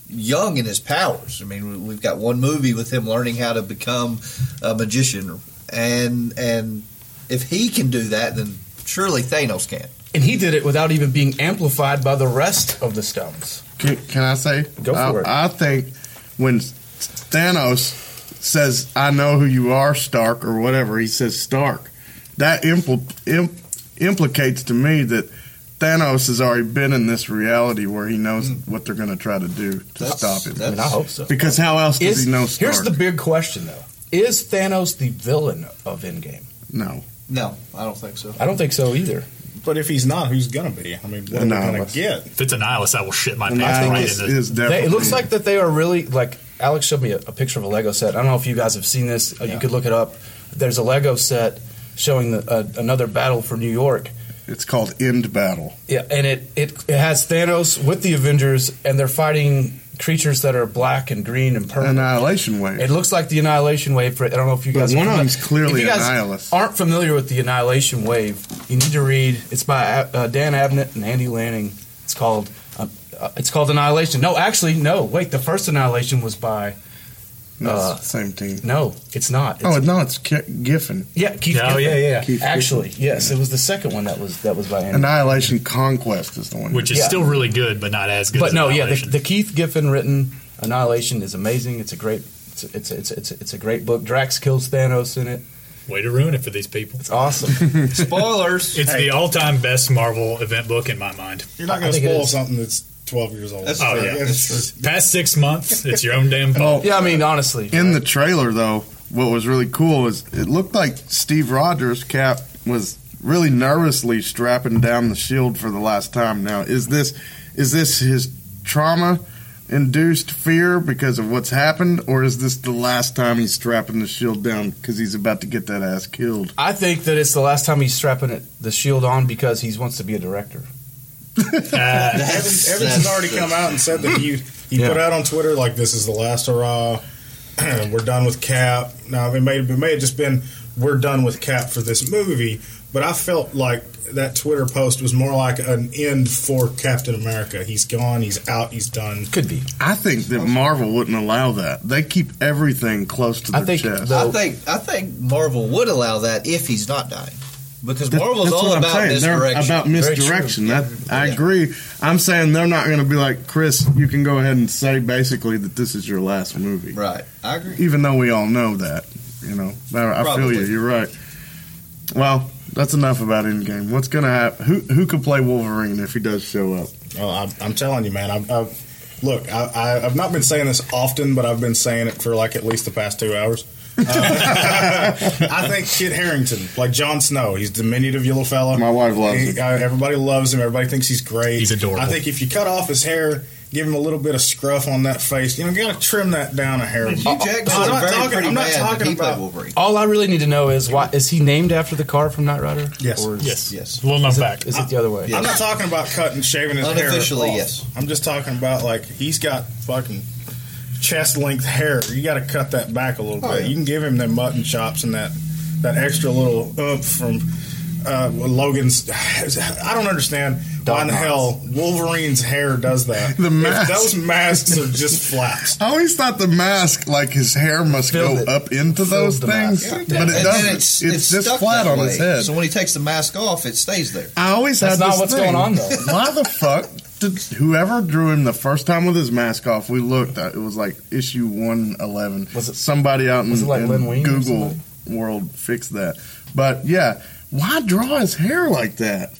[SPEAKER 5] young in his powers, I mean, we- we've got one movie with him learning how to become a magician, and and if he can do that, then surely Thanos can.
[SPEAKER 3] and he did it without even being amplified by the rest of the stones.
[SPEAKER 1] can, can I say?
[SPEAKER 3] Go for
[SPEAKER 1] I,
[SPEAKER 3] it.
[SPEAKER 1] I think when Thanos says, "I know who you are, Stark," or whatever he says, Stark, that impl- imp- implicates to me that. Thanos has already been in this reality where he knows
[SPEAKER 3] Hmm.
[SPEAKER 1] what they're going to try to do to
[SPEAKER 5] That's-
[SPEAKER 1] stop him.
[SPEAKER 5] that's-
[SPEAKER 3] I mean, I hope so.
[SPEAKER 1] Because how else does
[SPEAKER 3] Is-
[SPEAKER 1] he know Stark?
[SPEAKER 3] here's the big question though: Is Thanos the villain of Endgame?
[SPEAKER 1] no,
[SPEAKER 5] No, I don't think so.
[SPEAKER 3] I don't think so either.
[SPEAKER 4] But if he's not, who's going to be? I mean, what are
[SPEAKER 1] No,
[SPEAKER 4] we going
[SPEAKER 1] that's-
[SPEAKER 4] to get?
[SPEAKER 2] If it's an Nihilus, I will shit my
[SPEAKER 1] and
[SPEAKER 2] pants
[SPEAKER 1] I
[SPEAKER 2] right
[SPEAKER 1] think
[SPEAKER 2] in
[SPEAKER 1] it
[SPEAKER 2] the
[SPEAKER 1] is
[SPEAKER 3] They,
[SPEAKER 1] definitely.
[SPEAKER 3] it looks like that they are really like Alex showed me a, a picture of a Lego set. I don't know if you guys have seen this. Uh You could look it up. There's a Lego set showing the, uh, another battle for New York.
[SPEAKER 1] It's called End Battle.
[SPEAKER 3] Yeah, and it, it it has Thanos with the Avengers, and they're fighting creatures that are black and green and purple.
[SPEAKER 1] Annihilation Wave.
[SPEAKER 3] It looks like the Annihilation Wave. For I don't know if you
[SPEAKER 1] uh, But
[SPEAKER 3] guys. are
[SPEAKER 1] one of
[SPEAKER 3] familiar-
[SPEAKER 1] them's clearly
[SPEAKER 3] if you guys
[SPEAKER 1] Annihilus.
[SPEAKER 3] Aren't familiar with the Annihilation Wave? You need to read. It's by uh, Dan Abnett and Andy Lanning. It's called. Uh, uh, it's called Annihilation. No, actually, no. Wait, the first Annihilation was by.
[SPEAKER 1] No, it's
[SPEAKER 3] uh,
[SPEAKER 1] the same team.
[SPEAKER 3] No, it's not. It's,
[SPEAKER 1] Oh no, it's Ki- Giffen.
[SPEAKER 3] yeah, Keith.
[SPEAKER 2] Oh,
[SPEAKER 3] Giffen.
[SPEAKER 2] yeah, yeah.
[SPEAKER 1] Keith
[SPEAKER 3] actually, yes, it was the second one that was that was by Andy.
[SPEAKER 1] Annihilation Conquest is the one.
[SPEAKER 2] which is
[SPEAKER 3] Yeah.
[SPEAKER 2] still really good, but not as good.
[SPEAKER 3] but
[SPEAKER 2] as
[SPEAKER 3] no, yeah, the,
[SPEAKER 2] Annihilation.
[SPEAKER 3] the Keith Giffen written Annihilation is amazing. It's a great. It's a, it's, a, it's, a, it's, a, it's a great book. Drax kills Thanos in it.
[SPEAKER 2] way to ruin it for these people.
[SPEAKER 3] It's awesome.
[SPEAKER 5] Spoilers.
[SPEAKER 2] It's
[SPEAKER 4] Hey.
[SPEAKER 2] the all-time best Marvel event book in my mind.
[SPEAKER 4] You're not going
[SPEAKER 3] I
[SPEAKER 4] to
[SPEAKER 3] think it
[SPEAKER 4] spoil
[SPEAKER 3] is.
[SPEAKER 4] something that's 12 years old.
[SPEAKER 5] That's
[SPEAKER 2] Oh,
[SPEAKER 5] true.
[SPEAKER 2] yeah.
[SPEAKER 5] That's true.
[SPEAKER 2] Past six months, it's your own damn fault.
[SPEAKER 3] yeah, I mean, honestly,
[SPEAKER 1] in the trailer though, what was really cool is it looked like Steve Rogers Cap was really nervously strapping down the shield for the last time. Now, is this is this his trauma induced fear because of what's happened, or is this the last time he's strapping the shield down because he's about to get that ass killed?
[SPEAKER 3] I think that it's the last time he's strapping it, the shield on because he wants to be a director.
[SPEAKER 2] Uh,
[SPEAKER 4] Evans, Evans has already come out and said that he he
[SPEAKER 3] Yeah.
[SPEAKER 4] put out on Twitter like this is the last hurrah. we're done with Cap. Now it may it may have just been we're done with Cap for this movie, but I felt like that Twitter post was more like an end for Captain America. He's gone. He's out. He's done.
[SPEAKER 3] Could be.
[SPEAKER 1] I think that Marvel wouldn't allow that. They keep everything close to
[SPEAKER 3] I
[SPEAKER 1] their
[SPEAKER 3] think
[SPEAKER 1] chest.
[SPEAKER 3] the-
[SPEAKER 5] I think I think Marvel would allow that if he's not dying, because
[SPEAKER 1] That-
[SPEAKER 5] Marvel's all
[SPEAKER 1] what I'm
[SPEAKER 5] about
[SPEAKER 1] saying. They're
[SPEAKER 5] misdirection.
[SPEAKER 1] About misdirection. That, I
[SPEAKER 5] Yeah.
[SPEAKER 1] agree. I'm saying they're not going to be like Chris. You can go ahead and say basically that this is your last movie,
[SPEAKER 5] Right. I agree.
[SPEAKER 1] even though we all know that. You know, I, I feel
[SPEAKER 5] Probably.
[SPEAKER 1] you. You're right. Well, that's enough about Endgame. What's going to happen? Who who could play Wolverine if he does show up?
[SPEAKER 4] Well, I'm, I'm telling you, man. I've, I've, look, I, I, I've not been saying this often, but I've been saying it for like at least the past two hours. Uh, I think Kit Harrington, like Jon Snow, he's diminutive little fella.
[SPEAKER 1] My wife loves
[SPEAKER 4] He-
[SPEAKER 1] him.
[SPEAKER 4] uh, everybody loves him. Everybody thinks he's great.
[SPEAKER 2] He's adorable.
[SPEAKER 4] I think if you cut off his hair, give him a little bit of scruff on that face. You know, you got to trim that down a hair.
[SPEAKER 5] Hugh Jackman was
[SPEAKER 4] I'm
[SPEAKER 5] a
[SPEAKER 4] not
[SPEAKER 5] uh, very
[SPEAKER 4] talking-
[SPEAKER 5] pretty
[SPEAKER 4] I'm not
[SPEAKER 5] man, but
[SPEAKER 4] talking
[SPEAKER 5] he played
[SPEAKER 4] about-
[SPEAKER 5] Wolverine.
[SPEAKER 3] All I really need to know is why is he named after the car from Knight Rider?
[SPEAKER 4] Yes.
[SPEAKER 3] Or is,
[SPEAKER 2] yes,
[SPEAKER 5] Yes.
[SPEAKER 2] Little known fact.
[SPEAKER 3] Is it the other way?
[SPEAKER 5] Yeah.
[SPEAKER 4] I'm not talking about cutting, shaving his hair.
[SPEAKER 5] Unofficially,
[SPEAKER 4] off.
[SPEAKER 5] yes.
[SPEAKER 4] I'm just talking about like he's got fucking chest length hair. You got to cut that back a little
[SPEAKER 5] Oh,
[SPEAKER 4] bit.
[SPEAKER 5] yeah.
[SPEAKER 4] You can give him that mutton chops and that that extra little oomph from uh, Logan's. I don't understand why in the hell Wolverine's hair does that.
[SPEAKER 1] The
[SPEAKER 4] If
[SPEAKER 1] mask.
[SPEAKER 4] those masks are just flaps.
[SPEAKER 1] I always thought the mask, like his hair, must go
[SPEAKER 3] Filled it.
[SPEAKER 1] up into those
[SPEAKER 3] Filled the mask.
[SPEAKER 1] things,
[SPEAKER 3] Yeah, it
[SPEAKER 1] but
[SPEAKER 5] And
[SPEAKER 1] it
[SPEAKER 5] then
[SPEAKER 1] doesn't. It's, just
[SPEAKER 5] stuck
[SPEAKER 1] flat
[SPEAKER 5] that
[SPEAKER 1] on his
[SPEAKER 5] way.
[SPEAKER 1] head.
[SPEAKER 5] So when he takes the mask off, it stays there.
[SPEAKER 1] I always
[SPEAKER 3] That's
[SPEAKER 1] had
[SPEAKER 3] not
[SPEAKER 1] this
[SPEAKER 3] what's
[SPEAKER 1] thing.
[SPEAKER 3] going on, though.
[SPEAKER 1] Why the fuck did whoever drew him the first time with his mask off? We looked at it was like issue one eleven.
[SPEAKER 3] Was it-
[SPEAKER 1] somebody out in,
[SPEAKER 3] was it like
[SPEAKER 1] in
[SPEAKER 3] Len Wein or
[SPEAKER 1] Google
[SPEAKER 3] somebody?
[SPEAKER 1] world fixed that? But yeah, why draw his hair like that?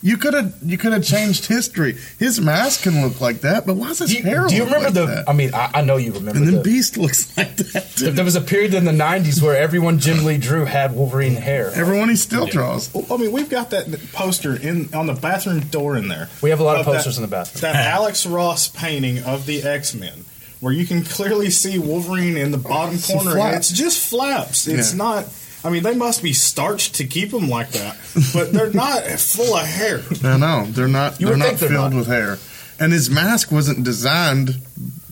[SPEAKER 1] You could have you could have changed history. His mask can look like that, but why does his
[SPEAKER 3] Do you,
[SPEAKER 1] hair?
[SPEAKER 3] do you
[SPEAKER 1] look
[SPEAKER 3] remember
[SPEAKER 1] like
[SPEAKER 3] the?
[SPEAKER 1] that?
[SPEAKER 3] I mean, I, I know you remember.
[SPEAKER 1] And then
[SPEAKER 3] the,
[SPEAKER 1] Beast looks like that.
[SPEAKER 3] th- there was a period in the '90s where everyone Jim Lee drew had Wolverine hair.
[SPEAKER 1] Everyone he still draws.
[SPEAKER 4] Well, I mean, we've got that poster in on the bathroom door in there.
[SPEAKER 3] We have a lot of
[SPEAKER 4] Of that-
[SPEAKER 3] posters in the bathroom.
[SPEAKER 4] that Alex Ross painting of the X Men, where you can clearly see Wolverine in the bottom
[SPEAKER 1] a
[SPEAKER 4] corner.
[SPEAKER 1] flap.
[SPEAKER 4] And it's just flaps. It's
[SPEAKER 1] Yeah.
[SPEAKER 4] not. I mean, they must be starched to keep them like that, but they're not full of hair.
[SPEAKER 1] I know they're not.
[SPEAKER 3] You
[SPEAKER 1] they're
[SPEAKER 3] would
[SPEAKER 1] not
[SPEAKER 3] think they're
[SPEAKER 1] filled
[SPEAKER 3] not.
[SPEAKER 1] with hair, and his mask wasn't designed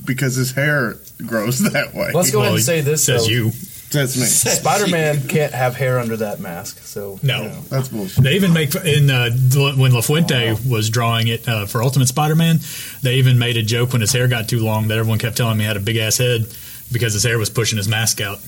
[SPEAKER 1] because his hair grows that way.
[SPEAKER 3] Let's go ahead and say this.
[SPEAKER 2] says
[SPEAKER 3] though.
[SPEAKER 2] you.
[SPEAKER 1] That's me.
[SPEAKER 3] Spider-Man can't have hair under that mask. So
[SPEAKER 2] No.
[SPEAKER 3] you know.
[SPEAKER 1] That's bullshit.
[SPEAKER 2] They even make in uh, when LaFuente was drawing it uh, for Ultimate Spider-Man. They even made a joke when his hair got too long that everyone kept telling him he had a big ass head because his hair was pushing his mask out.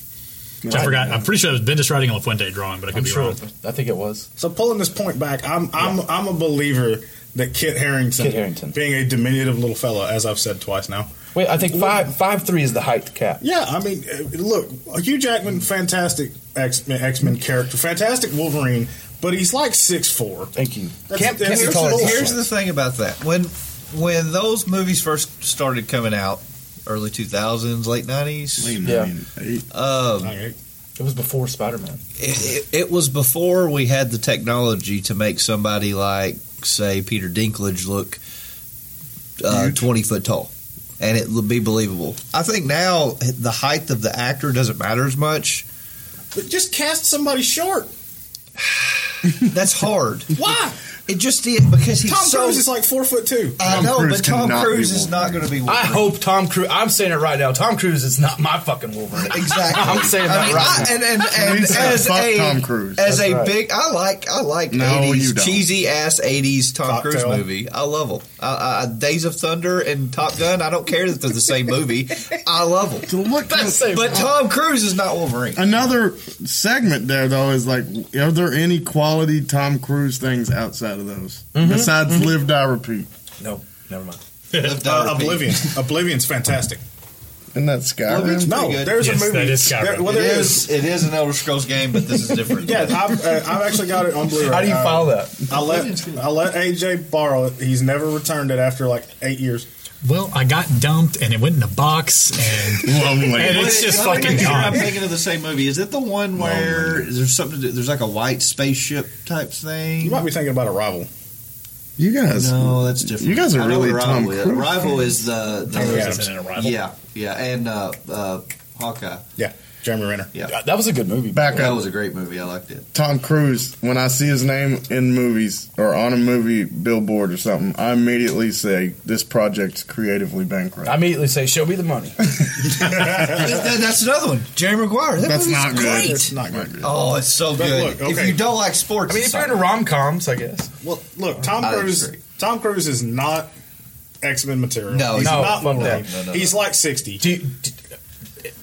[SPEAKER 2] Which I forgot. I'm pretty sure it was Bendis writing a LaFuente drawing, but I could
[SPEAKER 3] I'm
[SPEAKER 2] be
[SPEAKER 3] sure.
[SPEAKER 2] wrong.
[SPEAKER 3] I think it was.
[SPEAKER 4] So pulling this point back, I'm I'm I'm a believer that Kit Harrington,
[SPEAKER 3] Kit Harington.
[SPEAKER 4] being a diminutive little fella, as I've said twice now.
[SPEAKER 3] Wait, I think five five three is the height cap.
[SPEAKER 4] Yeah, I mean, uh, look, Hugh Jackman, fantastic X X Men character, fantastic Wolverine, but he's like six four.
[SPEAKER 3] Thank you.
[SPEAKER 4] That's-
[SPEAKER 3] Can't,
[SPEAKER 4] that's
[SPEAKER 3] can't be
[SPEAKER 4] the
[SPEAKER 3] taller
[SPEAKER 4] rule.
[SPEAKER 3] than
[SPEAKER 4] Bullshit.
[SPEAKER 5] Here's the thing about that. When when those movies first started coming out, early 2000s, late 90s,
[SPEAKER 3] Yeah.
[SPEAKER 5] um,
[SPEAKER 4] Okay.
[SPEAKER 3] It was before Spider-Man.
[SPEAKER 5] it, it- it was before we had the technology to make somebody like, say, Peter Dinklage look uh, 20 foot tall. and it would be believable. I think now the height of the actor doesn't matter as much.
[SPEAKER 4] But just cast somebody short.
[SPEAKER 5] That's hard.
[SPEAKER 4] Why?
[SPEAKER 5] It just did because he's
[SPEAKER 4] Tom
[SPEAKER 5] so.
[SPEAKER 4] Cruise is like four foot two.
[SPEAKER 5] I
[SPEAKER 1] Tom
[SPEAKER 5] know,
[SPEAKER 1] Cruise
[SPEAKER 5] but Tom
[SPEAKER 1] cannot be
[SPEAKER 5] Cruise is
[SPEAKER 1] Wolverine.
[SPEAKER 5] not going to be.
[SPEAKER 3] I
[SPEAKER 5] Wolverine.
[SPEAKER 3] hope Tom Cruise. I'm saying it right now. Tom Cruise is not my fucking Wolverine.
[SPEAKER 5] Exactly.
[SPEAKER 3] I'm saying
[SPEAKER 5] I
[SPEAKER 3] that
[SPEAKER 5] mean,
[SPEAKER 3] right
[SPEAKER 5] I- and and, and
[SPEAKER 1] He said,
[SPEAKER 5] as
[SPEAKER 1] "Fuck
[SPEAKER 5] a
[SPEAKER 1] Tom Cruise."
[SPEAKER 5] as
[SPEAKER 3] That's
[SPEAKER 5] a
[SPEAKER 3] right.
[SPEAKER 5] big, I like I like
[SPEAKER 1] No, you
[SPEAKER 5] 80s
[SPEAKER 1] don't.
[SPEAKER 5] cheesy ass 80s Tom
[SPEAKER 4] Cocktail.
[SPEAKER 5] Cruise movie. I love them. I, I, Days of Thunder and Top Gun. I don't care that they're the same movie. I love them.
[SPEAKER 1] Look,
[SPEAKER 5] But Tom Cruise is not Wolverine.
[SPEAKER 1] Uh, another segment there though is like, are there any quality Tom Cruise things outside of those
[SPEAKER 3] Mm-hmm.
[SPEAKER 1] besides live, die, repeat?
[SPEAKER 3] No, never mind.
[SPEAKER 5] Live, die,
[SPEAKER 4] Uh,
[SPEAKER 5] repeat.
[SPEAKER 4] Oblivion. Oblivion's fantastic.
[SPEAKER 1] Isn't that Skyrim?
[SPEAKER 5] Oblivion's pretty
[SPEAKER 4] No,
[SPEAKER 5] good.
[SPEAKER 4] there's
[SPEAKER 2] Yes,
[SPEAKER 4] a movie.
[SPEAKER 2] that is Skyrim.
[SPEAKER 4] There, well,
[SPEAKER 5] it
[SPEAKER 4] there is.
[SPEAKER 5] is. It is an Elder Scrolls game, but this is different.
[SPEAKER 4] Yeah, I've, uh, I've actually got it on Blu-ray.
[SPEAKER 3] How do you
[SPEAKER 4] Uh,
[SPEAKER 3] follow that?
[SPEAKER 4] I let I let AJ borrow it. He's never returned it after like eight years.
[SPEAKER 2] Well, I got dumped and it went in a box and
[SPEAKER 1] Lovely.
[SPEAKER 2] and it's just fucking gone.
[SPEAKER 5] I'm thinking of the same movie. Is it the one where there's something? To, there's like a white spaceship type thing.
[SPEAKER 4] You might be thinking about a rival.
[SPEAKER 1] You guys,
[SPEAKER 5] No, that's different.
[SPEAKER 1] You guys are
[SPEAKER 5] I know
[SPEAKER 1] really
[SPEAKER 5] what
[SPEAKER 1] Tom
[SPEAKER 5] Rival is.
[SPEAKER 1] Cruise
[SPEAKER 5] Rival is the, the
[SPEAKER 4] Cruise
[SPEAKER 2] is in it, Rival.
[SPEAKER 5] Yeah, yeah, and uh, uh, Hawkeye.
[SPEAKER 4] Yeah, Jeremy Renner.
[SPEAKER 8] That was a good movie.
[SPEAKER 1] back
[SPEAKER 5] That
[SPEAKER 1] up.
[SPEAKER 5] was a great movie. I liked it.
[SPEAKER 1] Tom Cruise, when I see his name in movies or on a movie billboard or something, I immediately say this project's creatively bankrupt.
[SPEAKER 8] I immediately say, "Show me the money."
[SPEAKER 5] That- that- that's another one. Jerry Maguire. That
[SPEAKER 1] That's
[SPEAKER 5] movie's
[SPEAKER 1] not good.
[SPEAKER 5] great.
[SPEAKER 1] That's not good.
[SPEAKER 5] Oh, it's so good.
[SPEAKER 4] look, okay.
[SPEAKER 5] If you don't like sports,
[SPEAKER 3] I mean,
[SPEAKER 5] it's
[SPEAKER 3] if you're into
[SPEAKER 5] fine.
[SPEAKER 3] rom coms, I guess.
[SPEAKER 4] Well, look, Tom
[SPEAKER 5] I
[SPEAKER 4] Cruise.
[SPEAKER 5] agree.
[SPEAKER 4] Tom Cruise is not X Men material.
[SPEAKER 5] No,
[SPEAKER 4] he's
[SPEAKER 5] no,
[SPEAKER 4] not
[SPEAKER 3] fuck
[SPEAKER 4] Wolverine.
[SPEAKER 5] that. No, no, no.
[SPEAKER 4] He's like sixty.
[SPEAKER 3] Do you, do,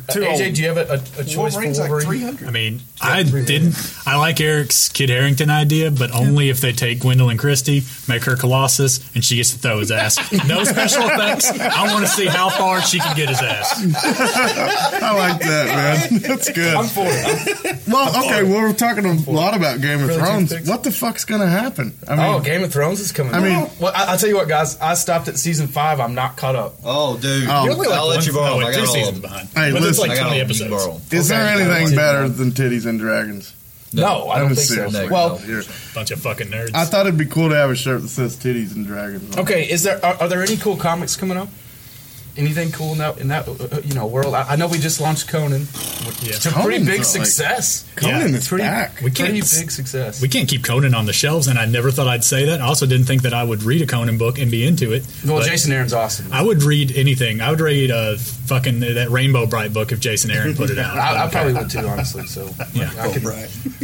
[SPEAKER 3] uh,
[SPEAKER 4] Too
[SPEAKER 3] AJ,
[SPEAKER 4] old.
[SPEAKER 3] do you have a, a, a choice
[SPEAKER 5] Wolverine's
[SPEAKER 3] for
[SPEAKER 5] like
[SPEAKER 3] Wolverine?
[SPEAKER 5] three hundred.
[SPEAKER 2] I mean, I didn't. I like Eric's Kid Harrington idea, but only if they take Gwendolyn Christie, make her Colossus, and she gets to throw his ass. No special effects. I want to see how far she can get his ass.
[SPEAKER 1] I like that, man. That's good.
[SPEAKER 3] I'm for it.
[SPEAKER 1] Well, okay, well, we're talking a lot about Game of
[SPEAKER 3] Really,
[SPEAKER 1] Thrones.
[SPEAKER 3] toothpicks?
[SPEAKER 1] What the fuck's gonna happen? I mean,
[SPEAKER 3] oh, Game of Thrones is coming.
[SPEAKER 1] I mean-
[SPEAKER 3] out. well, I, I'll tell you what, guys. I stopped at season five. I'm not caught up.
[SPEAKER 5] Oh, dude.
[SPEAKER 1] Oh. You're
[SPEAKER 2] only
[SPEAKER 5] I'll let you borrow.
[SPEAKER 2] oh,
[SPEAKER 5] them.
[SPEAKER 2] wait,
[SPEAKER 5] I
[SPEAKER 2] two
[SPEAKER 5] got all of
[SPEAKER 2] seasons
[SPEAKER 5] them.
[SPEAKER 2] behind.
[SPEAKER 1] Hey,
[SPEAKER 2] but it's
[SPEAKER 5] I
[SPEAKER 2] like 20
[SPEAKER 5] got all of them. You
[SPEAKER 2] episodes.
[SPEAKER 5] borrow them.
[SPEAKER 1] is there anything better than titties and dragons?
[SPEAKER 3] No, I
[SPEAKER 1] I
[SPEAKER 3] don't
[SPEAKER 1] mean,
[SPEAKER 3] think
[SPEAKER 1] seriously.
[SPEAKER 3] so. Well,
[SPEAKER 1] You're-
[SPEAKER 2] Bunch of fucking nerds.
[SPEAKER 1] I thought it'd be cool to have a shirt that says titties and dragons. on it.
[SPEAKER 3] okay. Is there are, are there any cool comics coming up? Anything cool in that in that uh, uh, you know world? I, I know we just launched Conan.
[SPEAKER 2] yeah.
[SPEAKER 3] It's a pretty
[SPEAKER 1] Conan's
[SPEAKER 3] big
[SPEAKER 1] like-
[SPEAKER 3] success.
[SPEAKER 1] Conan
[SPEAKER 2] Yeah,
[SPEAKER 1] is
[SPEAKER 3] pretty-
[SPEAKER 1] back.
[SPEAKER 2] We
[SPEAKER 3] Pretty
[SPEAKER 2] can't.
[SPEAKER 3] big success.
[SPEAKER 2] We can't keep Conan on the shelves, and I never thought I'd say that. I also didn't think that I would read a Conan book and be into it.
[SPEAKER 3] well,
[SPEAKER 2] but
[SPEAKER 3] Jason Aaron's awesome.
[SPEAKER 2] I would read anything. I would read uh, fucking that Rainbow Bright book if Jason Aaron put it out.
[SPEAKER 3] I, I probably would too, honestly. So
[SPEAKER 2] Yeah.
[SPEAKER 3] I could,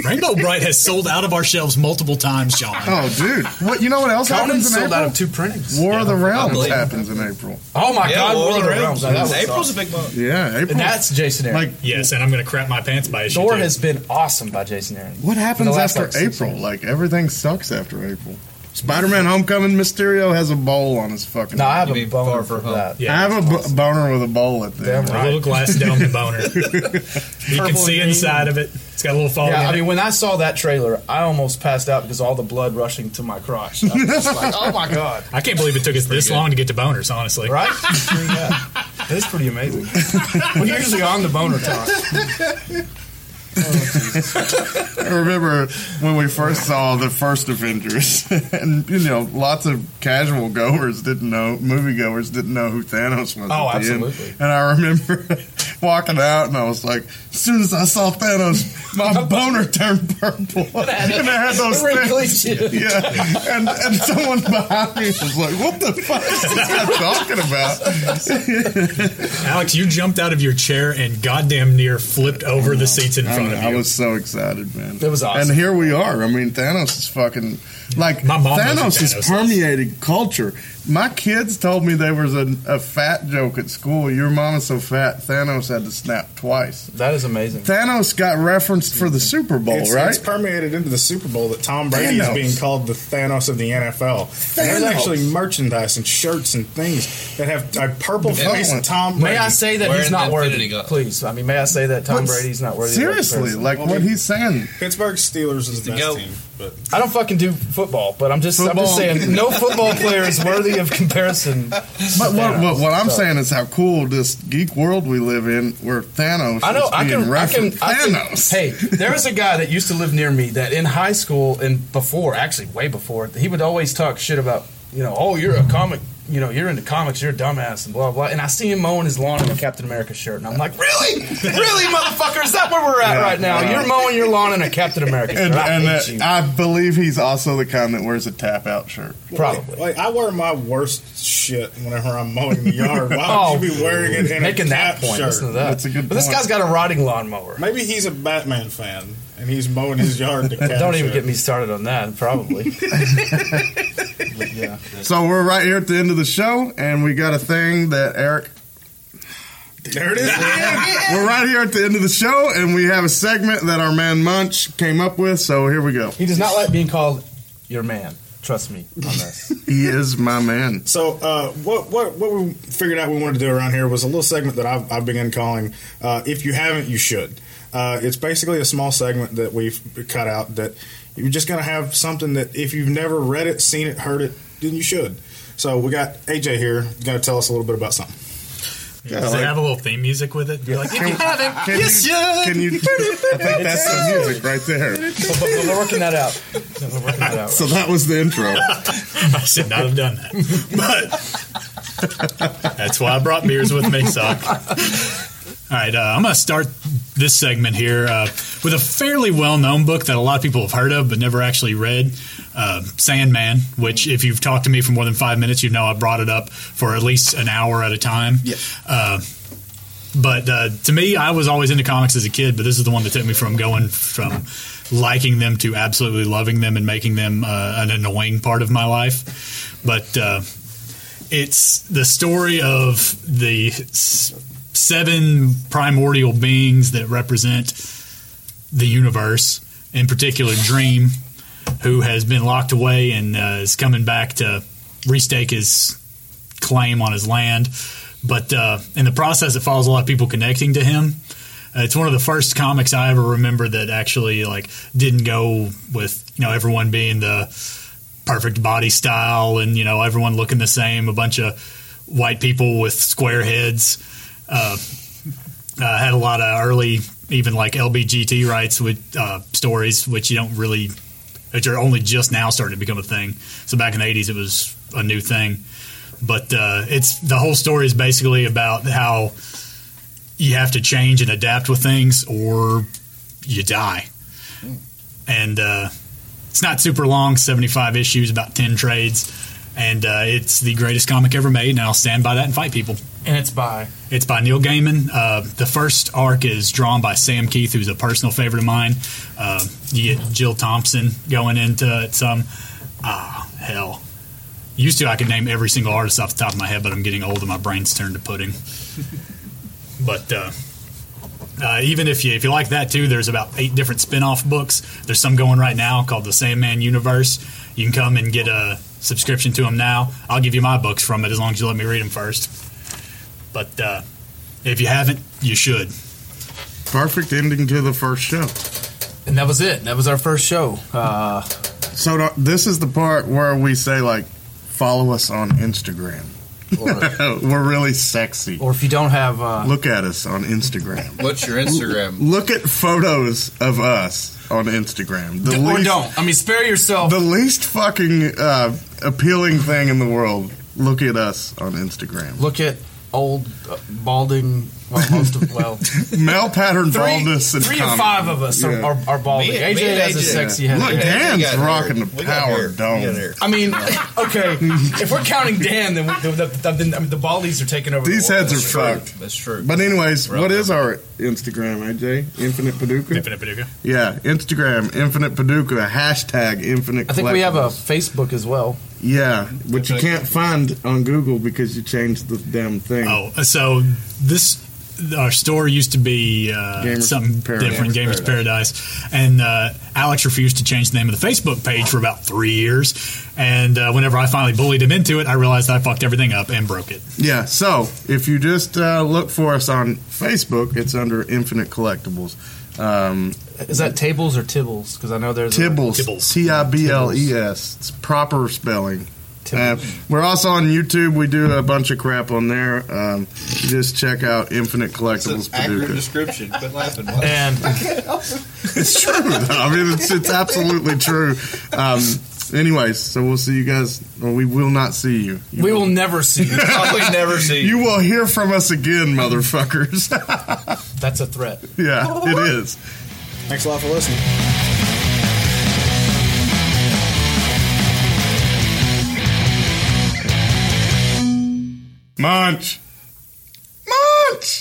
[SPEAKER 2] Rainbow Bright has sold out of our shelves multiple times, Sean.
[SPEAKER 1] Oh, dude. What? You know what else
[SPEAKER 3] Conan
[SPEAKER 1] happens in
[SPEAKER 3] sold out
[SPEAKER 1] April?
[SPEAKER 3] of two printings.
[SPEAKER 1] War of the Realms
[SPEAKER 5] Unbelievable.
[SPEAKER 1] happens in April.
[SPEAKER 3] Oh my God, War of the Realms. I know, it's
[SPEAKER 5] April's
[SPEAKER 3] awesome.
[SPEAKER 5] a big month.
[SPEAKER 1] Yeah, April.
[SPEAKER 3] and that's Jason Aaron.
[SPEAKER 1] like
[SPEAKER 2] Yes, and I'm going to crap my pants by issue
[SPEAKER 3] Thor
[SPEAKER 2] two.
[SPEAKER 3] has been awesome by Jason Aaron.
[SPEAKER 1] What happens
[SPEAKER 3] the last,
[SPEAKER 1] after
[SPEAKER 3] like, six
[SPEAKER 1] April? Like everything sucks after April. Spider-Man: Homecoming. Mysterio has a bowl on his fucking.
[SPEAKER 3] No, I have
[SPEAKER 5] You
[SPEAKER 3] a
[SPEAKER 5] mean
[SPEAKER 3] bone
[SPEAKER 5] Far
[SPEAKER 3] for
[SPEAKER 5] From Home?
[SPEAKER 3] that.
[SPEAKER 2] yeah,
[SPEAKER 1] I have a b- boner with a bowl at the
[SPEAKER 3] Damn
[SPEAKER 1] end.
[SPEAKER 2] a little
[SPEAKER 3] right.
[SPEAKER 2] glass down the boner. you can
[SPEAKER 3] Purple
[SPEAKER 2] see
[SPEAKER 3] and
[SPEAKER 2] inside of it. It's got a little
[SPEAKER 1] Oh,
[SPEAKER 2] fog.
[SPEAKER 3] Yeah,
[SPEAKER 2] in
[SPEAKER 3] I
[SPEAKER 2] it.
[SPEAKER 3] mean, when I saw that trailer, I almost passed out because all the blood rushing to my crotch. I was just like, oh my god,
[SPEAKER 2] I can't believe it took us this long to get to boners. Honestly,
[SPEAKER 3] right? Yeah. That is pretty amazing. We're usually on the boner talk.
[SPEAKER 1] I remember when we first saw the first Avengers, and you know, lots of casual goers didn't know, moviegoers didn't know who Thanos was.
[SPEAKER 3] Oh,
[SPEAKER 1] at the end.
[SPEAKER 3] absolutely.
[SPEAKER 1] And I remember walking out, and I was like, as soon as I saw Thanos, my boner turned purple, and I had those things. Yeah, and and someone behind me was like, "What the fuck is this guy talking about?"
[SPEAKER 2] Alex, you jumped out of your chair and goddamn near flipped over the seats in
[SPEAKER 1] I,
[SPEAKER 2] front
[SPEAKER 1] mean,
[SPEAKER 2] of
[SPEAKER 1] I
[SPEAKER 2] you.
[SPEAKER 1] was so excited, man.
[SPEAKER 3] It was awesome.
[SPEAKER 1] And here we are. I mean, Thanos is fucking like
[SPEAKER 2] My mom knows who
[SPEAKER 1] Thanos is
[SPEAKER 2] Thanos is.
[SPEAKER 1] permeating culture. My kids told me there was a, a fat joke at school. Your mom is so fat, Thanos had to snap twice.
[SPEAKER 3] That is amazing.
[SPEAKER 1] Thanos got referenced for the Super Bowl,
[SPEAKER 4] It's,
[SPEAKER 1] right?
[SPEAKER 4] it's permeated into the Super Bowl that Tom Brady
[SPEAKER 1] Thanos.
[SPEAKER 4] is being called the Thanos of the NFL. And There's
[SPEAKER 1] Thanos.
[SPEAKER 4] actually merchandise and shirts and things that have a purple
[SPEAKER 1] Yeah.
[SPEAKER 4] face of Tom Brady.
[SPEAKER 3] May I say that
[SPEAKER 5] Where
[SPEAKER 3] he's
[SPEAKER 5] in
[SPEAKER 3] not
[SPEAKER 5] the
[SPEAKER 3] worthy?
[SPEAKER 5] Infinity Gauntlet?
[SPEAKER 3] Please, I mean, may I say that Tom
[SPEAKER 1] But
[SPEAKER 3] Brady's not worthy? of that
[SPEAKER 1] Seriously,
[SPEAKER 3] comparison?
[SPEAKER 1] like what he's saying.
[SPEAKER 4] Pittsburgh Steelers is the
[SPEAKER 5] To
[SPEAKER 4] best
[SPEAKER 5] go.
[SPEAKER 4] team, but
[SPEAKER 3] I don't fucking do football, but I'm just, I'm
[SPEAKER 1] Football.
[SPEAKER 3] just saying, no football player is worthy of comparison.
[SPEAKER 1] But what, what, what I'm
[SPEAKER 3] So-
[SPEAKER 1] saying is how cool this geek world we live in, where Thanos
[SPEAKER 3] I know.
[SPEAKER 1] is
[SPEAKER 3] I
[SPEAKER 1] being
[SPEAKER 3] can. I can.
[SPEAKER 1] referenced.
[SPEAKER 3] I can
[SPEAKER 1] Thanos.
[SPEAKER 3] hey, there was a guy that used to live near me that in high school and before, actually way before, he would always talk shit about you know, oh, you're a comic
[SPEAKER 6] you know, you're into comics, you're a dumbass, and blah blah. And I see him mowing his lawn in a Captain America shirt, and I'm like, really, really, motherfucker, is that where we're at right now? You're mowing your lawn in a Captain America shirt.
[SPEAKER 1] And,
[SPEAKER 6] I
[SPEAKER 1] and
[SPEAKER 6] hate you.
[SPEAKER 1] uh, I believe he's also the kind that wears a tap out shirt.
[SPEAKER 6] Probably.
[SPEAKER 4] Like, I wear my worst shit whenever I'm mowing the yard. Why
[SPEAKER 6] Oh,
[SPEAKER 4] would you be wearing it in
[SPEAKER 6] making
[SPEAKER 4] a
[SPEAKER 6] that
[SPEAKER 4] cap
[SPEAKER 6] point.
[SPEAKER 4] shirt?
[SPEAKER 6] Listen to that.
[SPEAKER 1] That's a good
[SPEAKER 6] But this
[SPEAKER 1] point.
[SPEAKER 6] guy's got a riding lawnmower.
[SPEAKER 4] Maybe he's a Batman fan and he's mowing his yard to cap
[SPEAKER 6] Don't even
[SPEAKER 4] shirt.
[SPEAKER 6] get me started on that. Probably.
[SPEAKER 1] So we're right here at the end of the show, and we got a thing that Eric
[SPEAKER 4] There it is.
[SPEAKER 1] We're right here at the end of the show, and we have a segment that our man Munch came up with. So here we go.
[SPEAKER 6] he does not like being called your man. Trust me on this.
[SPEAKER 1] He is my man.
[SPEAKER 4] So uh, what what what we figured out we wanted to do around here was a little segment that I've, I've been calling. Uh, if you haven't, you should. Uh, it's basically a small segment that we've cut out that you're just gonna have something that if you've never read it, seen it, heard it, then you should. So we got AJ here, gonna tell us a little bit about something.
[SPEAKER 2] Does it have a little theme music with it? You're like, if you haven't,
[SPEAKER 1] Can
[SPEAKER 2] yes,
[SPEAKER 1] you,
[SPEAKER 2] you.
[SPEAKER 1] Can you? I think that's the music right there.
[SPEAKER 6] But, but we're working that out. We're working that out.
[SPEAKER 1] So that was the intro.
[SPEAKER 2] I should not have done that. But that's why I brought beers with me, Sock. All right, uh, I'm going to start this segment here uh, with a fairly well known book that a lot of people have heard of but never actually read uh, Sandman, which, if you've talked to me for more than five minutes, you know I brought it up for at least an hour at a time. Yeah. Uh, but uh, to me, I was always into comics as a kid, but this is the one that took me from going from liking them to absolutely loving them and making them uh, an annoying part of my life. But uh, it's the story of the s- seven primordial beings that represent the universe, in particular, Dream, who has been locked away and uh, is coming back to restake his claim on his land. But uh, in the process, it follows a lot of people connecting to him. Uh, it's one of the first comics I ever remember that actually like didn't go with you know everyone being the perfect body style and you know everyone looking the same, a bunch of white people with square heads. Uh, uh, had a lot of early, even like LBGT rights with uh, stories, which you don't really, which are only just now starting to become a thing. So back in the '80s, it was a new thing but uh, it's the whole story is basically about how you have to change and adapt with things or you die and uh, it's not super long 75 issues about 10 trades and uh, it's the greatest comic ever made and i'll stand by that and fight people
[SPEAKER 6] And it's by
[SPEAKER 2] it's by Neil Gaiman. Uh, the first arc is drawn by Sam Keith, who's a personal favorite of mine. Uh, you get Jill Thompson going into it some. Ah, hell. Used to, I could name every single artist off the top of my head, but I'm getting old and my brain's turned to pudding. but uh, uh, even if you if you like that too, there's about eight different spin-off books. There's some going right now called the Sandman Universe. You can come and get a subscription to them now. I'll give you my books from it as long as you let me read them first. But uh, if you haven't, you should.
[SPEAKER 1] Perfect ending to the first show.
[SPEAKER 6] and that was it. That was our first show. Uh,
[SPEAKER 1] So do- this is the part where we say like, follow us on Instagram.
[SPEAKER 6] or,
[SPEAKER 1] We're really sexy.
[SPEAKER 6] or if you don't have, uh,
[SPEAKER 1] Look at us on Instagram.
[SPEAKER 9] What's your Instagram?
[SPEAKER 1] Look at photos of us on Instagram. The
[SPEAKER 6] or
[SPEAKER 1] least-
[SPEAKER 6] don't. I mean, spare yourself.
[SPEAKER 1] the least fucking uh, appealing thing in the world. Look at us on Instagram.
[SPEAKER 6] Look at old uh, balding. Well, most of well,
[SPEAKER 1] Male pattern baldness and
[SPEAKER 6] three
[SPEAKER 1] comedy.
[SPEAKER 6] or five of us are,
[SPEAKER 1] Yeah.
[SPEAKER 6] are, are balding.
[SPEAKER 9] Me-
[SPEAKER 6] AJ
[SPEAKER 9] me and
[SPEAKER 6] has a
[SPEAKER 9] AJ.
[SPEAKER 6] sexy head.
[SPEAKER 1] Look,
[SPEAKER 9] We
[SPEAKER 1] Dan's
[SPEAKER 9] got
[SPEAKER 1] rocking
[SPEAKER 9] hair.
[SPEAKER 1] the
[SPEAKER 9] We got
[SPEAKER 1] power
[SPEAKER 9] hair. We got
[SPEAKER 1] dome.
[SPEAKER 9] hair.
[SPEAKER 6] I mean, okay. If we're counting Dan, then, we, then, then, I mean, the baldies are taking over.
[SPEAKER 1] These
[SPEAKER 6] the world.
[SPEAKER 1] heads are
[SPEAKER 9] That's true.
[SPEAKER 1] fucked.
[SPEAKER 9] That's true.
[SPEAKER 1] But anyways,
[SPEAKER 9] Right.
[SPEAKER 1] what is our Instagram, AJ? Infinite Paducah?
[SPEAKER 2] Infinite Paducah.
[SPEAKER 1] Yeah, Instagram, Infinite Paducah, hashtag Infinite
[SPEAKER 6] I think we have a
[SPEAKER 1] Collectibles.
[SPEAKER 6] Facebook as well.
[SPEAKER 1] Yeah, which you can't find on Google because you changed the damn thing.
[SPEAKER 2] Oh, so this our store used to be uh,
[SPEAKER 1] Gamers
[SPEAKER 2] something
[SPEAKER 1] Paradise.
[SPEAKER 2] different,
[SPEAKER 1] Gamers
[SPEAKER 2] Gamers Paradise, and uh, Alex refused to change the name of the Facebook page for about three years. And uh, whenever I finally bullied him into it, I realized I fucked everything up and broke it.
[SPEAKER 1] Yeah, so if you just uh, look for us on Facebook, it's under Infinite Collectibles. Um,
[SPEAKER 6] Is that Tables or Tibbles? Because I know there's a-
[SPEAKER 1] Tibbles,
[SPEAKER 2] Tibbles.
[SPEAKER 1] T I B L E S. It's proper spelling. Uh,
[SPEAKER 6] Tibbles.
[SPEAKER 1] we're also on YouTube. We do a bunch of crap on there. Um, just check out Infinite
[SPEAKER 9] It's an
[SPEAKER 1] Collectibles
[SPEAKER 9] accurate
[SPEAKER 1] Paducah.
[SPEAKER 9] description. Quit laughing. Wes.
[SPEAKER 6] and
[SPEAKER 1] It's true. though. I mean, it's, it's absolutely true. Um, Anyways, so we'll see you guys. Well, we will not see you. You
[SPEAKER 6] We will never see you.
[SPEAKER 9] Probably never see.
[SPEAKER 1] You will hear from us again, motherfuckers.
[SPEAKER 6] That's a threat.
[SPEAKER 1] yeah, it is.
[SPEAKER 4] Thanks a lot for listening.
[SPEAKER 1] Munch. Munch.